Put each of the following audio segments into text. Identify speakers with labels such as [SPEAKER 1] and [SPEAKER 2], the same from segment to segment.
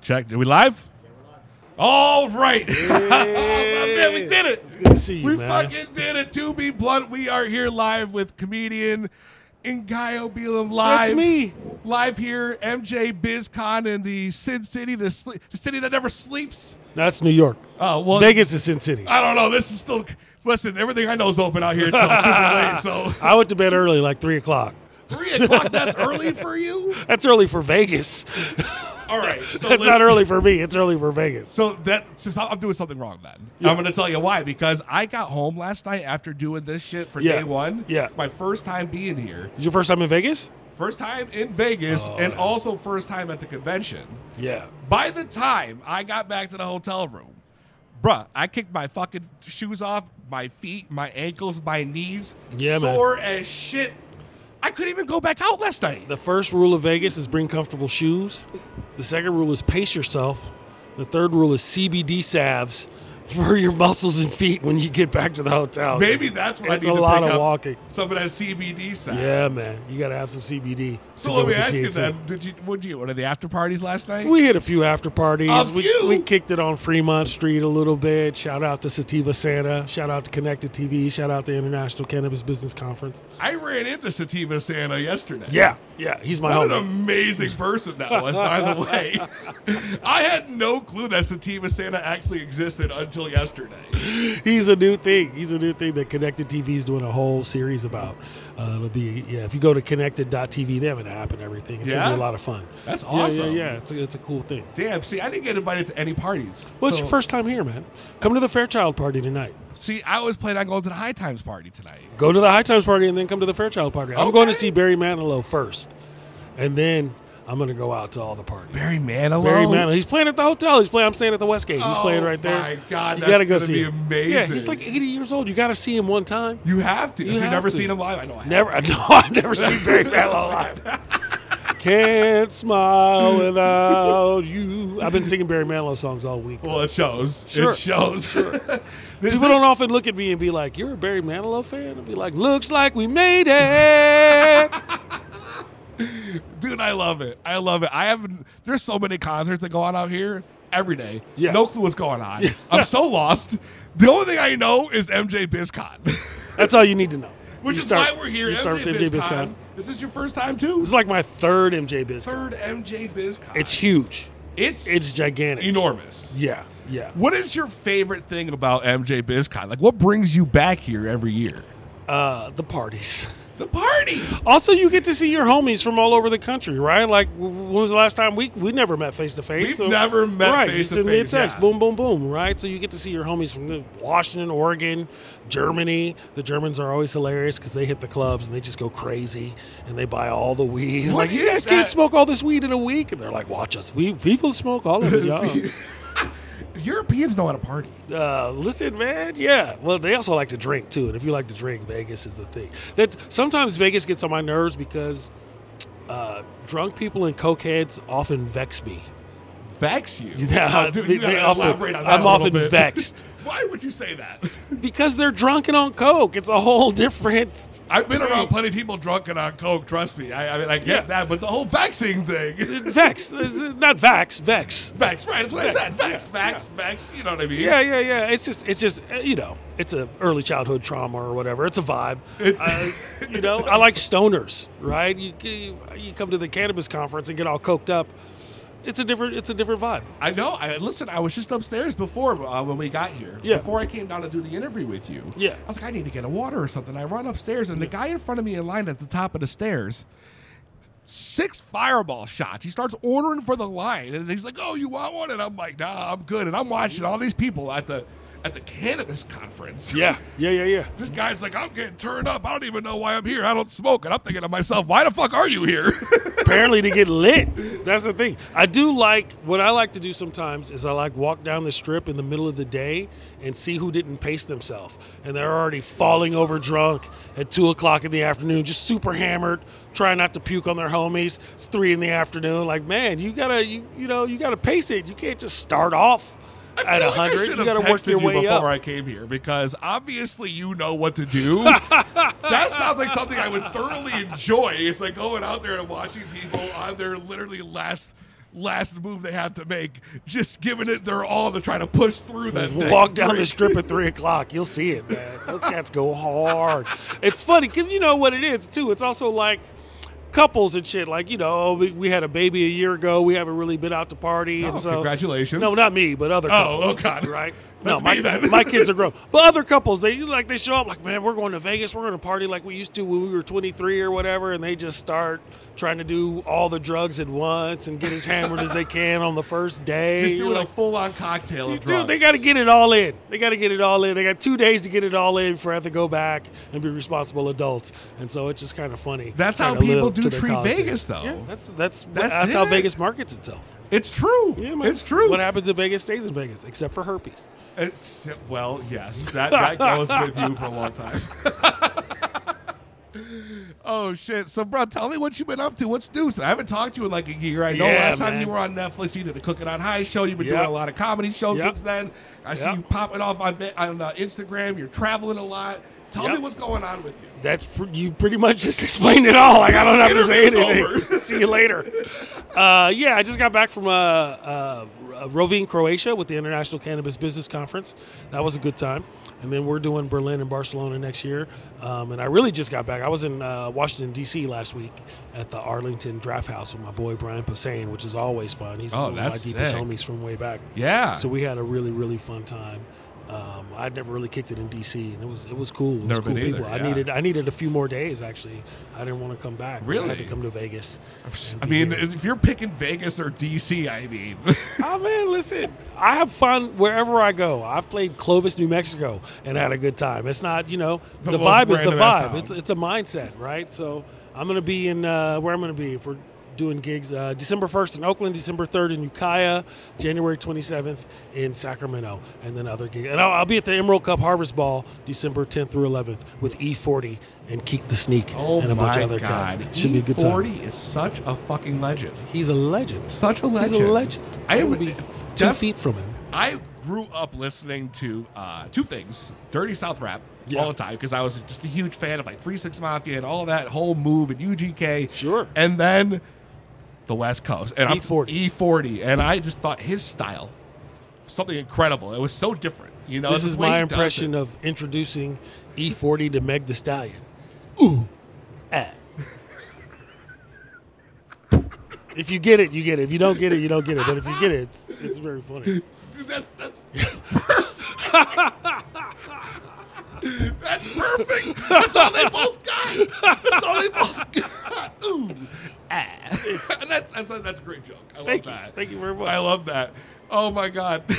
[SPEAKER 1] Check. Are we live? All right. Oh, man, we did it.
[SPEAKER 2] It's good to see you,
[SPEAKER 1] We
[SPEAKER 2] man.
[SPEAKER 1] fucking did it. To be blunt, we are here live with comedian Ngayo Beelum live.
[SPEAKER 2] That's me.
[SPEAKER 1] Live here, MJ BizCon in the Sin City, the, sle- the city that never sleeps.
[SPEAKER 2] That's New York.
[SPEAKER 1] Oh, well,
[SPEAKER 2] Vegas is Sin City.
[SPEAKER 1] I don't know. This is still. Listen, everything I know is open out here until super late. So
[SPEAKER 2] I went to bed early, like three o'clock.
[SPEAKER 1] three o'clock. That's early for you.
[SPEAKER 2] That's early for Vegas.
[SPEAKER 1] All right. So
[SPEAKER 2] That's not
[SPEAKER 1] listen-
[SPEAKER 2] early for me. It's early for Vegas.
[SPEAKER 1] So that since I'm doing something wrong then. I'm going to tell you why because I got home last night after doing this shit for
[SPEAKER 2] Yeah.
[SPEAKER 1] day 1.
[SPEAKER 2] Yeah.
[SPEAKER 1] My first time being here.
[SPEAKER 2] Is your first time in Vegas?
[SPEAKER 1] First time in Vegas
[SPEAKER 2] Oh,
[SPEAKER 1] and also first time at the convention.
[SPEAKER 2] Yeah.
[SPEAKER 1] By the time I got back to the hotel room, bruh, I kicked my fucking shoes off, my feet, my ankles, my knees,
[SPEAKER 2] Yeah, man.
[SPEAKER 1] sore as shit. I couldn't even go back out last night.
[SPEAKER 2] The first rule of Vegas is bring comfortable shoes. The second rule is pace yourself. The third rule is CBD salves for your muscles and feet when you get back to the hotel.
[SPEAKER 1] Maybe that's what
[SPEAKER 2] it's
[SPEAKER 1] I need
[SPEAKER 2] a
[SPEAKER 1] to
[SPEAKER 2] lot
[SPEAKER 1] pick
[SPEAKER 2] of
[SPEAKER 1] up
[SPEAKER 2] walking.
[SPEAKER 1] Some of that CBD side.
[SPEAKER 2] Yeah, man. You got to have some CBD.
[SPEAKER 1] So
[SPEAKER 2] to
[SPEAKER 1] let me
[SPEAKER 2] go with the
[SPEAKER 1] ask you
[SPEAKER 2] THC.
[SPEAKER 1] then, did you what did you one of the after parties last night?
[SPEAKER 2] We hit a few after parties.
[SPEAKER 1] A
[SPEAKER 2] we,
[SPEAKER 1] few?
[SPEAKER 2] we kicked it on Fremont Street a little bit. Shout out to Sativa Santa. Shout out to Connected TV. Shout out to International Cannabis Business Conference.
[SPEAKER 1] I ran into Sativa Santa yesterday.
[SPEAKER 2] Yeah, yeah, he's my
[SPEAKER 1] What an
[SPEAKER 2] homie.
[SPEAKER 1] amazing person that was, by the way. I had no clue that Sativa Santa actually existed until yesterday.
[SPEAKER 2] He's a new thing. He's a new thing that Connected TV is doing a whole series about. Uh, it'll be yeah. If you go to Connected.tv, they have an app and everything. It's gonna
[SPEAKER 1] Yeah?
[SPEAKER 2] be a lot of fun.
[SPEAKER 1] That's
[SPEAKER 2] Yeah,
[SPEAKER 1] awesome.
[SPEAKER 2] Yeah, yeah, It's a, it's a cool thing.
[SPEAKER 1] Damn, see, I didn't get invited to any parties.
[SPEAKER 2] Well, it's
[SPEAKER 1] So-
[SPEAKER 2] your first time here, man. Come to the Fairchild party tonight.
[SPEAKER 1] See, I was planning on going to the High Times party tonight.
[SPEAKER 2] Go to the High Times party and then come to the Fairchild party. I'm going to
[SPEAKER 1] Okay.
[SPEAKER 2] see Barry Manilow first, and then I'm going to go out to all the parties.
[SPEAKER 1] Barry Manilow.
[SPEAKER 2] Barry Manilow. He's playing at the hotel. He's playing. I'm staying at the Westgate. He's
[SPEAKER 1] Oh,
[SPEAKER 2] playing right there.
[SPEAKER 1] my God,
[SPEAKER 2] you
[SPEAKER 1] that's
[SPEAKER 2] gotta go
[SPEAKER 1] gonna
[SPEAKER 2] see
[SPEAKER 1] be
[SPEAKER 2] him.
[SPEAKER 1] amazing.
[SPEAKER 2] Yeah, he's like 80 years old. You got to see him one time.
[SPEAKER 1] You have to.
[SPEAKER 2] You
[SPEAKER 1] if you've
[SPEAKER 2] have
[SPEAKER 1] never
[SPEAKER 2] to.
[SPEAKER 1] seen him live, I know I have.
[SPEAKER 2] Never. No, I've never seen Barry Manilow live. Can't smile without you. I've been singing Barry Manilow songs all week.
[SPEAKER 1] Well, it shows.
[SPEAKER 2] Sure.
[SPEAKER 1] It shows. This-
[SPEAKER 2] People
[SPEAKER 1] this-
[SPEAKER 2] don't often look at me and be like, "You're a Barry Manilow fan." I'll be like, "Looks like we made it."
[SPEAKER 1] Dude, I love it. I love it. I have there's so many concerts that go on out here every day.
[SPEAKER 2] Yeah.
[SPEAKER 1] No clue what's going on. I'm so lost. The only thing I know is MJ BizCon.
[SPEAKER 2] That's all you need to know.
[SPEAKER 1] Which
[SPEAKER 2] You
[SPEAKER 1] is
[SPEAKER 2] start-
[SPEAKER 1] why we're here.
[SPEAKER 2] You start
[SPEAKER 1] MJ,
[SPEAKER 2] with MJ
[SPEAKER 1] BizCon.
[SPEAKER 2] BizCon.
[SPEAKER 1] Is this your first time too?
[SPEAKER 2] This is like my third MJ BizCon.
[SPEAKER 1] Third MJ BizCon.
[SPEAKER 2] It's huge.
[SPEAKER 1] it's
[SPEAKER 2] It's gigantic.
[SPEAKER 1] enormous.
[SPEAKER 2] yeah, yeah.
[SPEAKER 1] What is your favorite thing about MJ BizCon? Like what brings you back here every year?
[SPEAKER 2] Uh, the parties.
[SPEAKER 1] The party.
[SPEAKER 2] Also, you get to see your homies from all over the country, right? Like, w- when was the last time we we never met face to face?
[SPEAKER 1] We've
[SPEAKER 2] so-
[SPEAKER 1] never met
[SPEAKER 2] Right, you
[SPEAKER 1] face to
[SPEAKER 2] send me a
[SPEAKER 1] face,
[SPEAKER 2] text,
[SPEAKER 1] yeah.
[SPEAKER 2] boom, boom, boom, right? So you get to see your homies from the- Washington, Oregon, Germany. The Germans are always hilarious because they hit the clubs and they just go crazy and they buy all the weed.
[SPEAKER 1] What
[SPEAKER 2] like, you
[SPEAKER 1] is
[SPEAKER 2] guys can't
[SPEAKER 1] that?"
[SPEAKER 2] smoke all this weed in a week, and they're like, "Watch us, we people smoke all of it, y'all."
[SPEAKER 1] Europeans know how to party.
[SPEAKER 2] Uh, listen, man. Yeah. Well, they also like to drink too, and if you like to drink, Vegas is the thing. That sometimes Vegas gets on my nerves because uh, drunk people and cokeheads often vex me.
[SPEAKER 1] Vex you.
[SPEAKER 2] Yeah,
[SPEAKER 1] Oh, dude,
[SPEAKER 2] they-
[SPEAKER 1] you gotta
[SPEAKER 2] they often-
[SPEAKER 1] elaborate on that
[SPEAKER 2] I'm
[SPEAKER 1] a little
[SPEAKER 2] often
[SPEAKER 1] bit.
[SPEAKER 2] vexed.
[SPEAKER 1] Why would you say that?
[SPEAKER 2] Because they're drunk and on coke. It's a whole different.
[SPEAKER 1] I've been around plenty of people drunk and on coke. Trust me. I, I mean, I get
[SPEAKER 2] Yeah.
[SPEAKER 1] that, but the whole vexing thing,
[SPEAKER 2] Vex, Is it- not vax, vex.
[SPEAKER 1] vex, right? That's what I said.
[SPEAKER 2] Yeah,
[SPEAKER 1] Vex, vex, vex. You know what I mean?
[SPEAKER 2] Yeah, yeah, yeah. It's just, it's just, uh, you know, it's a early childhood trauma or whatever. It's a vibe. Uh, you know, I like stoners, right? You, you you come to the cannabis conference and get all coked up. It's a different, it's a different vibe.
[SPEAKER 1] I know. I listen. I was just upstairs before uh, when we got here.
[SPEAKER 2] Yeah.
[SPEAKER 1] Before I came down to do the interview with you.
[SPEAKER 2] Yeah.
[SPEAKER 1] I was like, I need to get a water or something. I run upstairs, and the guy in front of me in line at the top of the stairs. Six fireball shots. He starts ordering for the line, and he's like, "Oh, you want one?" And I'm like, "Nah, I'm good." And I'm watching all these people at the at the cannabis conference.
[SPEAKER 2] yeah, yeah, yeah.
[SPEAKER 1] This guy's like, I'm getting turned up. I don't even know why I'm here. I don't smoke. And I'm thinking to myself, why the fuck are you here?
[SPEAKER 2] Apparently, to get lit. That's the thing. I do like what I like to do sometimes is I like walk down the strip in the middle of the day and see who didn't pace themselves, and they're already falling over drunk at two o'clock in the afternoon, just super hammered, trying not to puke on their homies. It's three in the afternoon. Like, man, you gotta, you, you know, you gotta pace it. You can't just start off at a
[SPEAKER 1] I
[SPEAKER 2] hundred.
[SPEAKER 1] should
[SPEAKER 2] you
[SPEAKER 1] have
[SPEAKER 2] gotta work
[SPEAKER 1] texted
[SPEAKER 2] your
[SPEAKER 1] you
[SPEAKER 2] way
[SPEAKER 1] before
[SPEAKER 2] up.
[SPEAKER 1] I came here because obviously you know what to do. that sounds like something I would thoroughly enjoy. It's like going out there and watching people on their literally last last move they have to make, just giving it their all to try to push through that. next
[SPEAKER 2] Walk down
[SPEAKER 1] drink.
[SPEAKER 2] the strip at three o'clock. You'll see it, man. Those cats go hard. It's funny because you know what it is too. It's also like couples and shit. Like you know, oh, we, we had a baby a year ago. We haven't really been out to party.
[SPEAKER 1] Oh,
[SPEAKER 2] and so,
[SPEAKER 1] congratulations.
[SPEAKER 2] No, not me, but other. Couples,
[SPEAKER 1] oh, God.
[SPEAKER 2] Right.
[SPEAKER 1] That's
[SPEAKER 2] no, my,
[SPEAKER 1] me then.
[SPEAKER 2] my kids are grown, but other couples they like they show up like, man, we're going to Vegas. We're going to party like we used to when we were 23 or whatever, and they just start trying to do all the drugs at once and get as hammered as they can on the first day.
[SPEAKER 1] Just
[SPEAKER 2] You're
[SPEAKER 1] doing
[SPEAKER 2] like,
[SPEAKER 1] a full on cocktail of drugs.
[SPEAKER 2] Dude, they got to get it all in. They got to get it all in. They got two days to get it all in for have to go back and be responsible adults. And so it's just kind of funny.
[SPEAKER 1] That's how
[SPEAKER 2] Kinda
[SPEAKER 1] people
[SPEAKER 2] live
[SPEAKER 1] do
[SPEAKER 2] to their
[SPEAKER 1] treat
[SPEAKER 2] college
[SPEAKER 1] Vegas,
[SPEAKER 2] days.
[SPEAKER 1] though.
[SPEAKER 2] Yeah, that's that's
[SPEAKER 1] That's
[SPEAKER 2] that's, how
[SPEAKER 1] it.
[SPEAKER 2] Vegas markets itself.
[SPEAKER 1] It's true.
[SPEAKER 2] Yeah, man.
[SPEAKER 1] it's true.
[SPEAKER 2] What happens in Vegas stays in Vegas, except for herpes.
[SPEAKER 1] It's, well, yes, that, that goes with you for a long time. oh shit! So, bro, tell me what you've been up to. What's new? So I haven't talked to you in like a year. I know
[SPEAKER 2] Yeah,
[SPEAKER 1] last time
[SPEAKER 2] man.
[SPEAKER 1] you were on Netflix, you did the Cooking on High show. You've been doing
[SPEAKER 2] Yep.
[SPEAKER 1] a lot of comedy shows
[SPEAKER 2] Yep.
[SPEAKER 1] since then. I see
[SPEAKER 2] Yep.
[SPEAKER 1] you popping off on Va- on uh, Instagram. You're traveling a lot. Tell me
[SPEAKER 2] Yep.
[SPEAKER 1] what's going on with you.
[SPEAKER 2] That's pr- you pretty much just explained it all. Like I don't have to say
[SPEAKER 1] Interview's
[SPEAKER 2] anything.
[SPEAKER 1] over.
[SPEAKER 2] See you later. Uh, yeah, I just got back from uh, uh, Rovine, Croatia, with the International Cannabis Business Conference. That was a good time. And then we're doing Berlin and Barcelona next year. Um, and I really just got back. I was in uh, Washington D.C. last week at the Arlington Draft House with my boy Brian Posehn, which is always fun. He's
[SPEAKER 1] Oh,
[SPEAKER 2] one of my
[SPEAKER 1] that's
[SPEAKER 2] deepest
[SPEAKER 1] sick.
[SPEAKER 2] homies from way back.
[SPEAKER 1] Yeah.
[SPEAKER 2] So we had a really really fun time. Um, I'd never really kicked it in DC, and it was it was cool. It was
[SPEAKER 1] Never
[SPEAKER 2] cool
[SPEAKER 1] been either,
[SPEAKER 2] people. I
[SPEAKER 1] yeah.
[SPEAKER 2] needed I needed a few more days actually. I didn't want to come back. I had
[SPEAKER 1] Really?
[SPEAKER 2] to come to Vegas.
[SPEAKER 1] I mean, if you're picking Vegas or DC, I mean,
[SPEAKER 2] oh man, listen, I have fun wherever I go. I've played Clovis, New Mexico, and had a good time. It's not you know
[SPEAKER 1] the
[SPEAKER 2] the,
[SPEAKER 1] most
[SPEAKER 2] vibe is the
[SPEAKER 1] random ass
[SPEAKER 2] vibe.
[SPEAKER 1] town.
[SPEAKER 2] It's it's a mindset, right? So I'm gonna be in uh, where I'm gonna be if we're doing gigs uh, December 1st in Oakland, December 3rd in Ukiah, January 27th in Sacramento, and then other gigs. And I'll, I'll be at the Emerald Cup Harvest Ball December 10th through 11th with E40 and Keek the Sneak
[SPEAKER 1] oh
[SPEAKER 2] and a bunch
[SPEAKER 1] my
[SPEAKER 2] of other
[SPEAKER 1] god, E
[SPEAKER 2] cats. Should be a good time.
[SPEAKER 1] Forty is such a fucking legend.
[SPEAKER 2] He's a legend.
[SPEAKER 1] Such a legend.
[SPEAKER 2] He's a legend.
[SPEAKER 1] I
[SPEAKER 2] I'm
[SPEAKER 1] am
[SPEAKER 2] gonna be two
[SPEAKER 1] def-
[SPEAKER 2] feet from him.
[SPEAKER 1] I grew up listening to uh, two things: Dirty South rap
[SPEAKER 2] Yeah.
[SPEAKER 1] all the time because I was just a huge fan of like Three Six Mafia and all that whole move and UGK.
[SPEAKER 2] Sure. E
[SPEAKER 1] And then the West Coast and I'm-
[SPEAKER 2] E40.
[SPEAKER 1] E40, and I just thought his style something incredible. It was so different. You know,
[SPEAKER 2] this is
[SPEAKER 1] the way
[SPEAKER 2] my
[SPEAKER 1] he does
[SPEAKER 2] impression
[SPEAKER 1] it.
[SPEAKER 2] of introducing E40 to Meg the Stallion. Ooh, ah. if you get it, you get it. If you don't get it, you don't get it. But if you get it, it's, it's very funny.
[SPEAKER 1] Dude, that, that's perfect. that's perfect. That's all they both got. That's all they both got. Ooh, ah. And that's that's a, that's a great joke. I love
[SPEAKER 2] Thank you.
[SPEAKER 1] that.
[SPEAKER 2] Thank you very much.
[SPEAKER 1] I love that. Oh my god.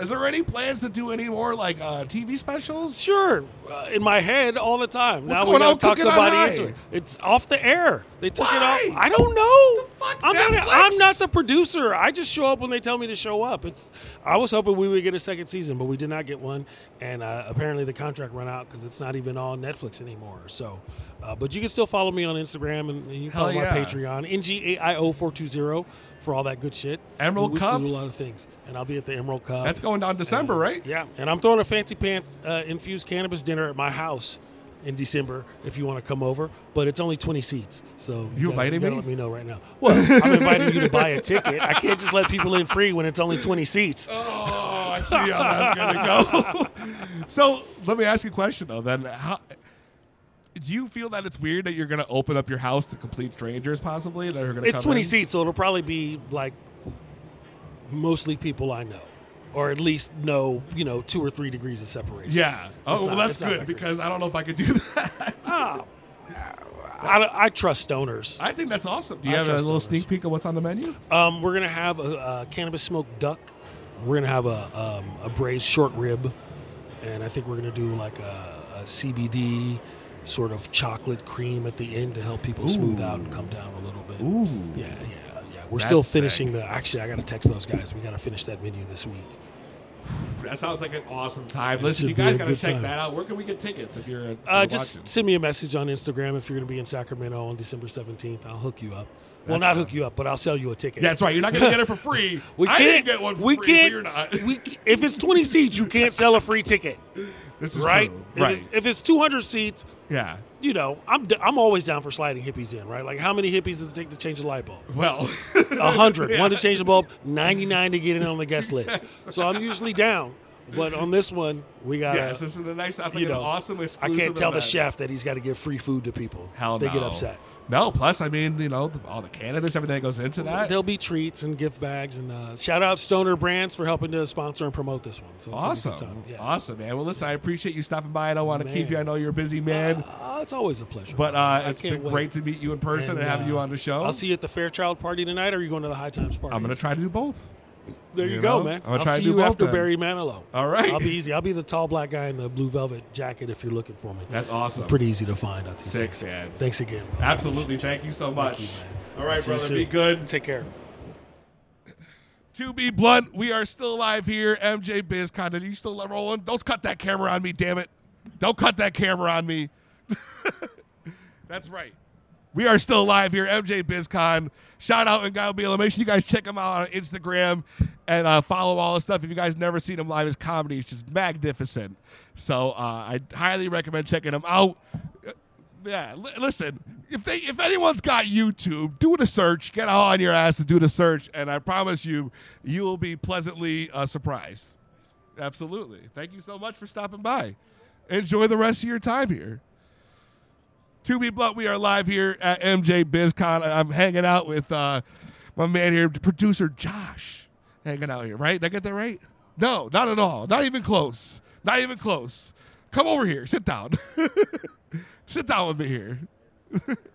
[SPEAKER 1] Is there any plans to do any more like uh, TV specials?
[SPEAKER 2] Sure, uh, in my head all the time.
[SPEAKER 1] What's
[SPEAKER 2] now
[SPEAKER 1] going
[SPEAKER 2] we gotta
[SPEAKER 1] on?
[SPEAKER 2] talk
[SPEAKER 1] Cook It on
[SPEAKER 2] somebody
[SPEAKER 1] High.
[SPEAKER 2] into it. It's off the air. They took
[SPEAKER 1] Why?
[SPEAKER 2] it off. I don't know.
[SPEAKER 1] The fuck,
[SPEAKER 2] I'm, not,
[SPEAKER 1] Netflix?
[SPEAKER 2] I'm not the producer. I just show up when they tell me to show up. It's. I was hoping we would get a second season, but we did not get one, and uh, apparently the contract ran out because it's not even on Netflix anymore. So, uh, but you can still follow me on Instagram and, and you can
[SPEAKER 1] Hell
[SPEAKER 2] follow my
[SPEAKER 1] yeah.
[SPEAKER 2] Patreon ngaio four two zero for all that good shit.
[SPEAKER 1] Emerald
[SPEAKER 2] we
[SPEAKER 1] Cup?
[SPEAKER 2] Still do a lot of things, and I'll be at the Emerald Cup.
[SPEAKER 1] That's going down December, right?
[SPEAKER 2] Yeah, and I'm throwing a fancy pants uh, infused cannabis dinner at my house in December if you want to come over. But it's only 20 seats, so
[SPEAKER 1] You
[SPEAKER 2] gotta-
[SPEAKER 1] inviting
[SPEAKER 2] gotta
[SPEAKER 1] me?
[SPEAKER 2] Let me know right now. Well, I'm inviting you to buy a ticket. I can't just let people in free when it's only 20 seats.
[SPEAKER 1] Oh, I see how that's gonna go. so let me ask you a question though. Then, how, do you feel that it's weird that you're gonna open up your house to complete strangers, possibly that are gonna?
[SPEAKER 2] It's
[SPEAKER 1] come
[SPEAKER 2] 20
[SPEAKER 1] in?
[SPEAKER 2] seats, so it'll probably be like mostly people I know, or at least know you know two or three degrees of separation.
[SPEAKER 1] Yeah. Oh,
[SPEAKER 2] It's
[SPEAKER 1] well,
[SPEAKER 2] not-
[SPEAKER 1] that's
[SPEAKER 2] it's not
[SPEAKER 1] good
[SPEAKER 2] like-
[SPEAKER 1] because I don't know if I could do that.
[SPEAKER 2] Oh, I, I trust stoners.
[SPEAKER 1] I think that's awesome. Do you
[SPEAKER 2] I
[SPEAKER 1] have a
[SPEAKER 2] trust
[SPEAKER 1] little
[SPEAKER 2] others.
[SPEAKER 1] sneak peek of what's on the menu?
[SPEAKER 2] Um, we're gonna have a, uh cannabis smoked duck. We're gonna have a um, a braised short rib, and I think we're gonna do like a, a CBD sort of chocolate cream at the end to help people smooth out and come down a little bit.
[SPEAKER 1] Ooh.
[SPEAKER 2] Yeah, yeah, yeah. We're still
[SPEAKER 1] That's
[SPEAKER 2] finishing
[SPEAKER 1] sick.
[SPEAKER 2] the. Actually, I gotta text those guys. We gotta finish that menu this week.
[SPEAKER 1] That sounds like an awesome time. Listen,
[SPEAKER 2] should
[SPEAKER 1] you
[SPEAKER 2] be
[SPEAKER 1] guys
[SPEAKER 2] a
[SPEAKER 1] got to
[SPEAKER 2] good
[SPEAKER 1] check
[SPEAKER 2] time.
[SPEAKER 1] that out. Where can we get tickets if you're, if
[SPEAKER 2] Uh,
[SPEAKER 1] you're
[SPEAKER 2] just
[SPEAKER 1] watching?
[SPEAKER 2] send me a message on Instagram if you're gonna be in Sacramento on December seventeenth. I'll hook you up. well, not hook you up, but I'll sell you a ticket.
[SPEAKER 1] Yeah, that's right. You're not going to get it for free.
[SPEAKER 2] We
[SPEAKER 1] I
[SPEAKER 2] can't
[SPEAKER 1] didn't get one for
[SPEAKER 2] we
[SPEAKER 1] free,
[SPEAKER 2] can't.
[SPEAKER 1] so you're not.
[SPEAKER 2] We, c- if it's twenty seats, you can't sell a free ticket.
[SPEAKER 1] This is
[SPEAKER 2] right?
[SPEAKER 1] true.
[SPEAKER 2] If
[SPEAKER 1] Right.
[SPEAKER 2] it's, if it's 200 seats,
[SPEAKER 1] yeah.
[SPEAKER 2] you know, I'm d- I'm always down for sliding hippies in, right? Like, how many hippies does it take to change a light bulb?
[SPEAKER 1] Well,
[SPEAKER 2] A hundred.
[SPEAKER 1] Yeah.
[SPEAKER 2] One to change the bulb, 99 to get in on the guest list. So I'm usually down, but on this one, we got.
[SPEAKER 1] yes, this is a nice. That's like
[SPEAKER 2] you
[SPEAKER 1] an
[SPEAKER 2] know,
[SPEAKER 1] awesome
[SPEAKER 2] I
[SPEAKER 1] exclusive.
[SPEAKER 2] can't tell the
[SPEAKER 1] event.
[SPEAKER 2] chef that he's got to give free food to people.
[SPEAKER 1] Hell
[SPEAKER 2] they
[SPEAKER 1] no.
[SPEAKER 2] get upset.
[SPEAKER 1] No. Plus, I mean, you know, the, all the cannabis, everything that goes into that.
[SPEAKER 2] There'll be treats and gift bags and uh, shout out Stoner Brands for helping to sponsor and promote this one. So it's
[SPEAKER 1] Awesome.
[SPEAKER 2] gonna be a good time. Yeah.
[SPEAKER 1] Awesome, man. Well, listen, I appreciate you stopping by. I don't want to keep
[SPEAKER 2] Man.
[SPEAKER 1] you. I know you're a busy man,
[SPEAKER 2] Uh, it's always a pleasure.
[SPEAKER 1] but uh,
[SPEAKER 2] I
[SPEAKER 1] it's
[SPEAKER 2] can't
[SPEAKER 1] been
[SPEAKER 2] wait.
[SPEAKER 1] great to meet you in person and,
[SPEAKER 2] And,
[SPEAKER 1] have
[SPEAKER 2] uh,
[SPEAKER 1] you on the show.
[SPEAKER 2] I'll see you at the Fairchild party tonight, or are you going to the High Times party?
[SPEAKER 1] I'm going to try to do both.
[SPEAKER 2] There you,
[SPEAKER 1] you
[SPEAKER 2] go,
[SPEAKER 1] know?
[SPEAKER 2] man.
[SPEAKER 1] I'm gonna
[SPEAKER 2] I'll
[SPEAKER 1] try
[SPEAKER 2] see
[SPEAKER 1] to do
[SPEAKER 2] you
[SPEAKER 1] both
[SPEAKER 2] after
[SPEAKER 1] then.
[SPEAKER 2] Barry Manilow.
[SPEAKER 1] All right.
[SPEAKER 2] I'll be easy. I'll be the tall black guy in the blue velvet jacket if you're looking for me.
[SPEAKER 1] That's awesome.
[SPEAKER 2] Pretty easy to find out these
[SPEAKER 1] Sick,
[SPEAKER 2] things.
[SPEAKER 1] man.
[SPEAKER 2] Thanks again. bro.
[SPEAKER 1] Absolutely. Thank you so much. All right,
[SPEAKER 2] See you
[SPEAKER 1] brother.
[SPEAKER 2] soon.
[SPEAKER 1] Be good.
[SPEAKER 2] Take care.
[SPEAKER 1] To be blunt, we are still live here. MJ Biz Content, you still rolling? Don't cut that camera on me, damn it. Don't cut that camera on me. That's right. We are still live here, MJ BizCon. Shout out and God Make sure you guys check him out on Instagram and uh, follow all his stuff. If you guys never seen him live, his comedy is just magnificent. So uh, I highly recommend checking him out. Uh, Yeah, li- listen, if they if anyone's got YouTube, do the search. Get all on your ass to do the search, and I promise you, you will be pleasantly uh, surprised. Absolutely. Thank you so much for stopping by. Enjoy the rest of your time here. To be blunt, we are live here at MJ BizCon. I'm hanging out with uh, my man here, producer Josh. Hanging out here, right? Did I get that right? No, not at all. Not even close. Not even close. Come over here. Sit down. Sit down with me here.